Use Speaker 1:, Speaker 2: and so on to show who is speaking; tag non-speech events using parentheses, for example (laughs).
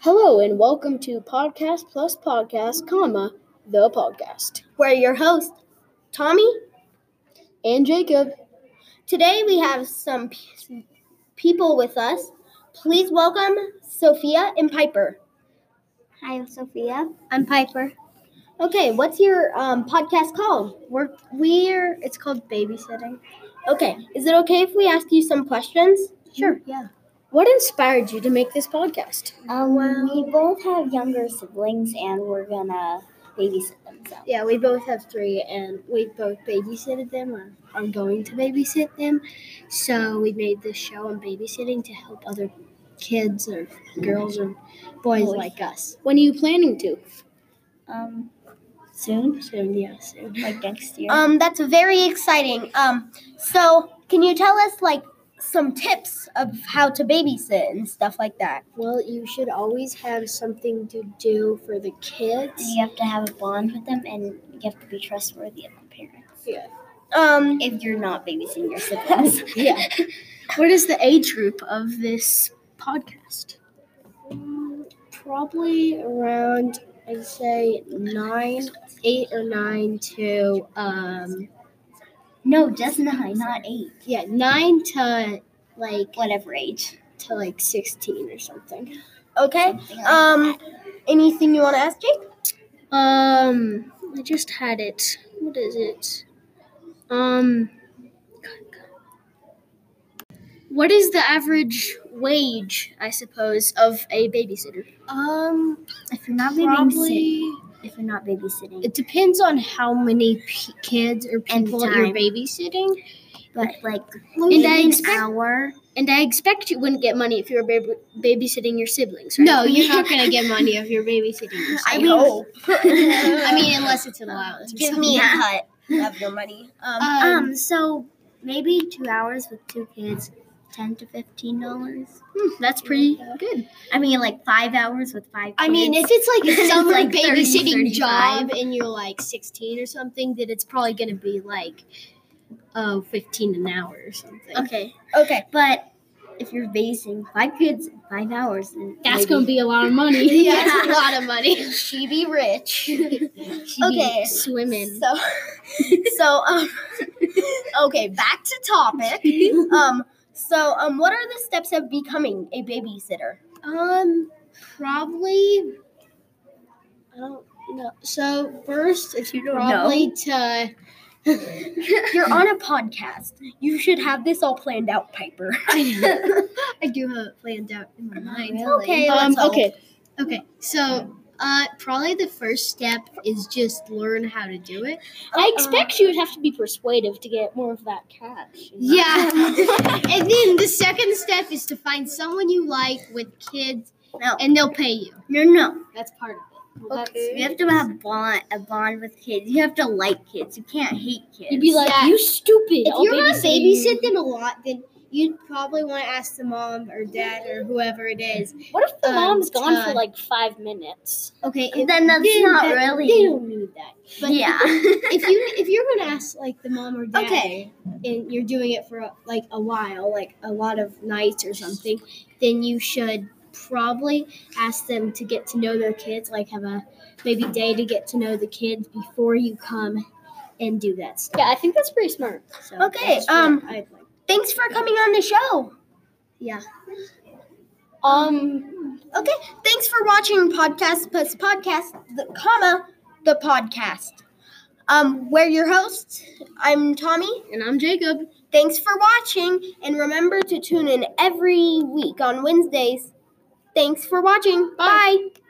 Speaker 1: Hello and welcome to Podcast Plus Podcast, comma, the podcast.
Speaker 2: We're your hosts, Tommy.
Speaker 1: And Jacob.
Speaker 2: Today we have some p- people with us. Please welcome Sophia and Piper.
Speaker 3: Hi, I'm Sophia. I'm Piper.
Speaker 2: Okay, what's your um, podcast called?
Speaker 3: We're we're it's called babysitting.
Speaker 2: Okay, is it okay if we ask you some questions?
Speaker 3: Sure. Yeah.
Speaker 1: What inspired you to make this podcast?
Speaker 4: Um, we both have younger siblings, and we're gonna babysit them. So.
Speaker 3: Yeah, we both have three, and we both babysitted them or are going to babysit them. So we made this show on babysitting to help other kids or girls or boys
Speaker 4: Boys.
Speaker 3: like us.
Speaker 1: When are you planning to?
Speaker 4: Um, soon,
Speaker 3: Soon, yeah, soon.
Speaker 4: like next year.
Speaker 2: Um, that's very exciting. Um, so can you tell us like some tips of how to babysit and stuff like that?
Speaker 3: Well, you should always have something to do for the kids.
Speaker 4: you have to have a bond with them, and you have to be trustworthy of the parents.
Speaker 2: Um,
Speaker 4: If you're not babysitting your (laughs) siblings,
Speaker 3: (laughs)
Speaker 1: Yeah. what is the age group of this podcast?
Speaker 3: probably around I'd say nine, eight or nine to um
Speaker 4: no, just nine, not eight,
Speaker 3: yeah nine to like
Speaker 4: whatever age.
Speaker 3: to like sixteen or something.
Speaker 2: okay.
Speaker 4: Something like
Speaker 2: Um, anything you want to ask, Jake?
Speaker 1: Um, I just had it. What is it? Um, what is the average wage, I suppose, of a babysitter?
Speaker 3: Um,
Speaker 4: If you're not babysitting,
Speaker 3: probably
Speaker 4: if you're not babysitting,
Speaker 3: it depends on how many p- kids or
Speaker 4: And
Speaker 3: people you're
Speaker 4: time.
Speaker 3: babysitting.
Speaker 4: but like
Speaker 1: And I
Speaker 4: maybe an
Speaker 1: expect-
Speaker 4: hour.
Speaker 1: And I expect you wouldn't get money if you were bab- babysitting your siblings, right?
Speaker 3: No, you're
Speaker 1: (laughs)
Speaker 3: not gonna get money if you're babysitting. Yourself.
Speaker 2: I
Speaker 4: (laughs)
Speaker 2: hope.
Speaker 3: I mean, unless (laughs) it's an allowance. or
Speaker 2: give
Speaker 3: something.
Speaker 2: me
Speaker 4: Yeah.
Speaker 2: a cut of your money. Um,
Speaker 3: Um,
Speaker 4: Um, so maybe two hours with two kids, ten to fifteen dollars.
Speaker 1: Hmm, that's pretty good.
Speaker 4: I mean, like five hours with five.
Speaker 3: I mean, (laughs)
Speaker 4: kids.
Speaker 3: if it's like a
Speaker 4: It's
Speaker 3: summer
Speaker 4: like 30,
Speaker 3: babysitting
Speaker 4: 35.
Speaker 3: job and you're like 16 or something, then it's probably going to be like oh, 15 an hour or something.
Speaker 4: okay,
Speaker 2: (laughs) okay.
Speaker 4: but if you're basing five kids in five hours, then
Speaker 3: That's going to be a lot of (laughs) money.
Speaker 2: Yeah.
Speaker 3: That's a lot of money.
Speaker 2: She be rich.
Speaker 3: She'd
Speaker 2: Okay.
Speaker 3: Be swimming.
Speaker 2: So, (laughs) so um, (laughs) okay, back to topic. Um, so um, what are the steps of becoming a babysitter?
Speaker 3: Um, probably. I don't know. So first, if you probably to
Speaker 2: You're on a podcast. You should have this all planned out, Piper. (laughs)
Speaker 3: I do have it planned out in my
Speaker 1: Uh-huh.
Speaker 3: mind.
Speaker 2: Okay,
Speaker 3: Um,
Speaker 2: let's hope.
Speaker 3: okay. Okay. So, uh, probably the first step is just learn how to do it. Uh,
Speaker 1: I expect you would have to be persuasive to get more of that cash.
Speaker 3: Yeah.
Speaker 1: (laughs)
Speaker 3: and then the second step is to find someone you like with kids
Speaker 4: No.
Speaker 3: and they'll pay you.
Speaker 4: no, no.
Speaker 3: That's part of it.
Speaker 4: You have to have bond a bond with kids. You have to like kids. You can't hate kids.
Speaker 1: You'd be like,
Speaker 3: Yeah.
Speaker 1: you stupid.
Speaker 3: If
Speaker 1: I'll
Speaker 3: you're gonna
Speaker 1: babysit you."
Speaker 3: babysit them a lot, then you'd probably want to ask the mom or dad or whoever it is.
Speaker 1: What if the
Speaker 3: um,
Speaker 1: mom's gone for
Speaker 3: uh,
Speaker 1: like five minutes?
Speaker 3: Okay,
Speaker 4: then that's
Speaker 3: then
Speaker 4: not
Speaker 3: that- (laughs)
Speaker 4: really.
Speaker 3: they don't need that. But
Speaker 4: yeah.
Speaker 3: (laughs) if you if you're gonna ask like the mom or dad
Speaker 2: Okay.
Speaker 3: and you're doing it for like a while, like a lot of nights or something, then you should probably ask them to get to know their kids, like have a maybe day to get to know the kids before you come and do that stuff.
Speaker 1: Yeah, I think that's pretty smart.
Speaker 3: So
Speaker 2: Okay,
Speaker 3: that's what
Speaker 2: um,
Speaker 3: I'd like.
Speaker 2: Thanks for coming on the show.
Speaker 3: yeah.
Speaker 1: Um,
Speaker 2: Okay, thanks for watching podcast plus podcast the comma the podcast. Um, we're your hosts. I'm Tommy.
Speaker 3: And I'm Jacob.
Speaker 2: Thanks for watching, and remember to tune in every week on Wednesdays. Thanks for watching. Bye.